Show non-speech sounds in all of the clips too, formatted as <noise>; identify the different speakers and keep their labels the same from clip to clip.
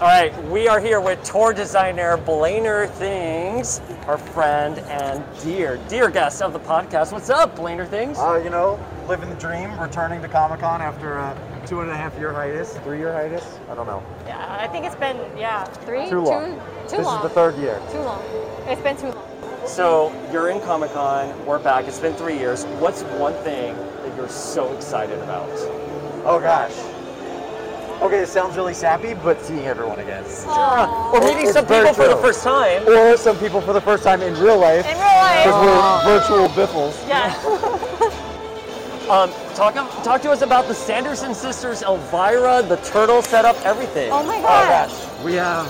Speaker 1: All right, we are here with tour designer Blainer Things, our friend and dear, dear guest of the podcast. What's up, Blainer Things?
Speaker 2: Uh, you know, living the dream, returning to Comic Con after a two and a half year hiatus, three year hiatus. I don't know.
Speaker 3: Yeah, I think it's been yeah three
Speaker 2: Too long.
Speaker 3: Too, too
Speaker 2: this
Speaker 3: long.
Speaker 2: is the third year.
Speaker 3: Too long. It's been too long.
Speaker 1: So you're in Comic Con, we're back. It's been three years. What's one thing that you're so excited about?
Speaker 2: Oh gosh. Okay, it sounds really sappy, but seeing everyone again.
Speaker 1: Or meeting
Speaker 2: It's
Speaker 1: some people for the
Speaker 2: virtual.
Speaker 1: first time.
Speaker 2: Or some people for the first time in real life.
Speaker 3: In real life.
Speaker 2: Because we're virtual biffles.
Speaker 3: Yeah.
Speaker 1: Um, talk talk to us about the Sanderson sisters, Elvira, the turtle setup, everything.
Speaker 3: Oh my
Speaker 2: Oh
Speaker 3: gosh.
Speaker 2: gosh, we have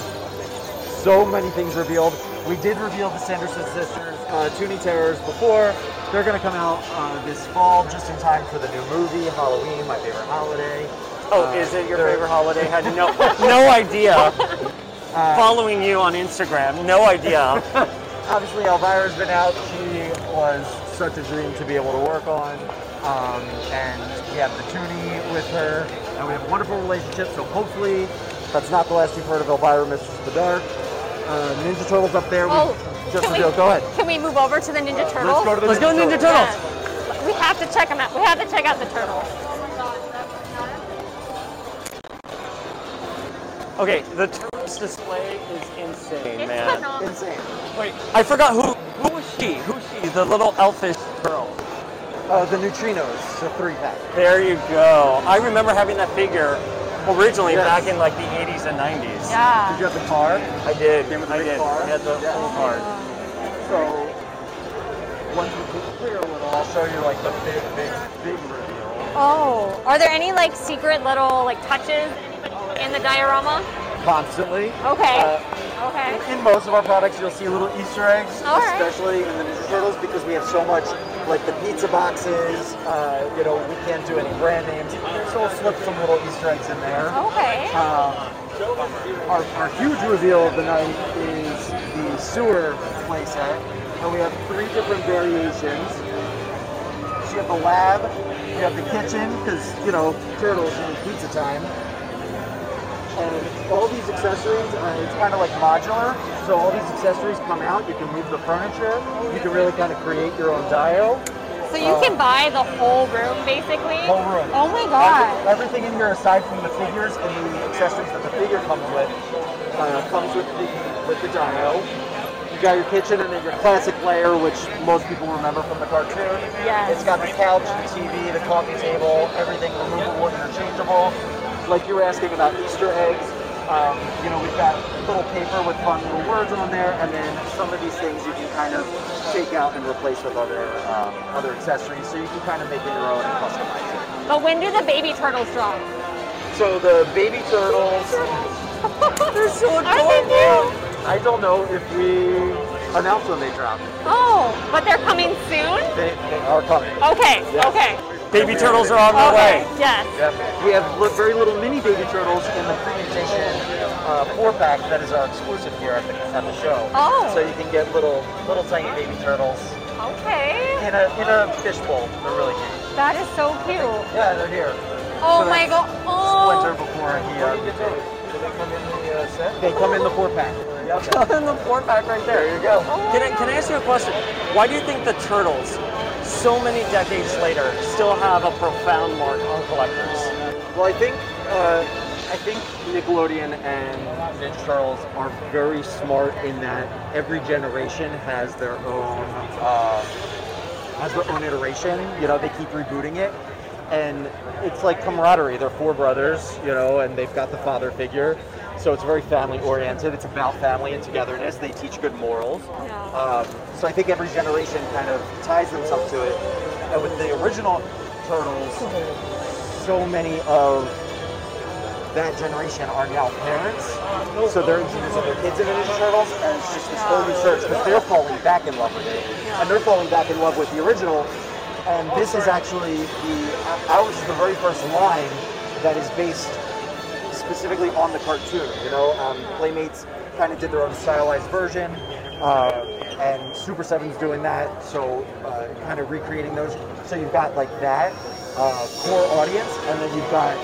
Speaker 2: so many things revealed. We did reveal the Sanderson sisters, uh, Toonie Terrors, before. They're gonna come out uh, this fall, just in time for the new movie, Halloween, my favorite holiday.
Speaker 1: Oh,
Speaker 2: Uh,
Speaker 1: is it your
Speaker 2: they're-
Speaker 1: favorite holiday? Had
Speaker 2: <laughs>
Speaker 1: no no idea.
Speaker 2: Uh,
Speaker 1: Following you on Instagram, no
Speaker 2: <laughs>
Speaker 1: idea.
Speaker 2: Obviously, Elvira's been out. She was such a dream to be able to work on. Um, and we have the Toonie with her, and we have a wonderful relationship. So hopefully, that's not the last you've heard of Elvira, Mistress of the Dark. Uh, Ninja Turtles up there. We
Speaker 3: Oh,
Speaker 2: just
Speaker 3: can we,
Speaker 2: revealed. Go ahead.
Speaker 3: Can we move over to the Ninja
Speaker 2: Let's
Speaker 3: Turtles?
Speaker 2: go to the
Speaker 1: Let's go Ninja Turtles.
Speaker 3: Yeah. We have to check them out. We have to check out the turtles.
Speaker 1: Okay, the Turtles display is insane,
Speaker 3: It's
Speaker 1: man.
Speaker 3: phenomenal.
Speaker 2: Insane.
Speaker 1: Wait, I forgot who who was she? Who's she? The little elfish girl.
Speaker 2: Uh, the neutrinos, the three pack.
Speaker 1: There you go. I remember having that figure originally
Speaker 2: Yes.
Speaker 1: back in like the 80s and 90s.
Speaker 2: Did
Speaker 3: Yeah.
Speaker 2: you have the car?
Speaker 1: I did.
Speaker 2: Came with a
Speaker 1: I
Speaker 2: big
Speaker 1: did.
Speaker 2: bar?
Speaker 1: I had the
Speaker 2: Yeah.
Speaker 1: little card.
Speaker 2: So once we clear a little, I'll show you like the big, big, big reveal.
Speaker 3: Oh. Are there any like secret little like touches in the diorama?
Speaker 2: Constantly.
Speaker 3: Okay.
Speaker 2: Uh,
Speaker 3: okay.
Speaker 2: In most of our products, you'll see little Easter eggs,
Speaker 3: All right.
Speaker 2: especially in the Ninja Turtles, because we have so much, like the pizza boxes. Uh, you know, we can't do any brand names, so we'll slip some little Easter eggs in there.
Speaker 3: Okay.
Speaker 2: Um, Uh, our, our huge reveal of the night is the sewer playset, and we have three different variations. So you have the lab, you have the kitchen, because you know turtles need pizza time, and all these accessories. Uh, it's kind of like modular, so all these accessories come out. You can move the furniture. You can really kind of create your own dial.
Speaker 3: So you can buy the whole room basically.
Speaker 2: uh, Whole room.
Speaker 3: Oh my
Speaker 2: Every-
Speaker 3: god.
Speaker 2: Everything in here, aside from the figures and the accessories that the figure comes with, uh, comes with the with the dyno. You got your kitchen and then your classic layer, which most people remember from the cartoon.
Speaker 3: Yes.
Speaker 2: It's got the couch, the TV, the coffee table, everything removable and interchangeable. Like you were asking about Easter eggs, um, you know, we've got little paper with fun little words on there, and then some of these things you can kind of take out and replace with other um, other accessories, so you can kind of make it your own and customize it.
Speaker 3: But when do the baby turtles drop?
Speaker 2: So the baby turtles,
Speaker 3: <laughs> They're so adorable.
Speaker 2: I don't know if we announce when they drop.
Speaker 3: Oh, but they're coming soon?
Speaker 2: They, they are coming.
Speaker 3: Okay,
Speaker 2: Yes.
Speaker 3: okay.
Speaker 1: Baby turtles are on their
Speaker 3: okay.
Speaker 1: way.
Speaker 3: Yes.
Speaker 2: Yep. We have li- very little mini baby turtles in the pre-edition uh, four pack that is our exclusive here at the, at the show.
Speaker 3: Oh.
Speaker 2: So you can get little little tiny baby turtles
Speaker 3: Okay.
Speaker 2: in a in a fishbowl. They're really cute.
Speaker 3: That is so cute.
Speaker 2: Yeah, they're here.
Speaker 3: Oh
Speaker 2: So
Speaker 3: my
Speaker 2: that's Splinter
Speaker 3: god. Oh.
Speaker 2: before he. Uh, they come in the uh, set? They come in the four pack. Yep.
Speaker 1: In the four pack right there.
Speaker 2: there you go.
Speaker 3: Oh
Speaker 1: Can
Speaker 3: my
Speaker 1: I, can I
Speaker 3: God.
Speaker 1: ask you a question? Why do you think the turtles, so many decades later, still have a profound mark on collectors?
Speaker 2: Well, I think uh, I think Nickelodeon and Ninja Turtles are very smart in that every generation has their own uh, has their own iteration. You know, they keep rebooting it, and it's like camaraderie. They're four brothers, you know, and they've got the father figure. So it's very family oriented. It's about family and togetherness. They teach good morals.
Speaker 3: Yeah.
Speaker 2: Um, So I think every generation kind of ties themselves to it. And with the original turtles, so many of that generation are now parents. So they're introducing their kids into Ninja Turtles, and it's just this whole new surge because they're falling back in love with it, and they're falling back in love with the original. And this is actually the ours is the very first line that is based specifically on the cartoon. You know, um, Playmates kind of did their own stylized version, uh, and Super Seven's doing that. So uh, kind of recreating those. So you've got like that uh, core audience, and then you've got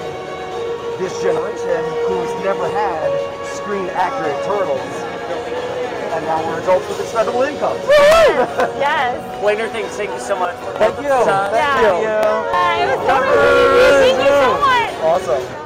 Speaker 2: this generation who's never had screen accurate turtles, and now we're adults with expendable income.
Speaker 3: <laughs> Yes.
Speaker 1: Plainer things, thank you so much.
Speaker 2: Thank you. Thank
Speaker 3: Yeah.
Speaker 2: you.
Speaker 3: Uh, it was so nice. Thank you so much.
Speaker 2: Awesome.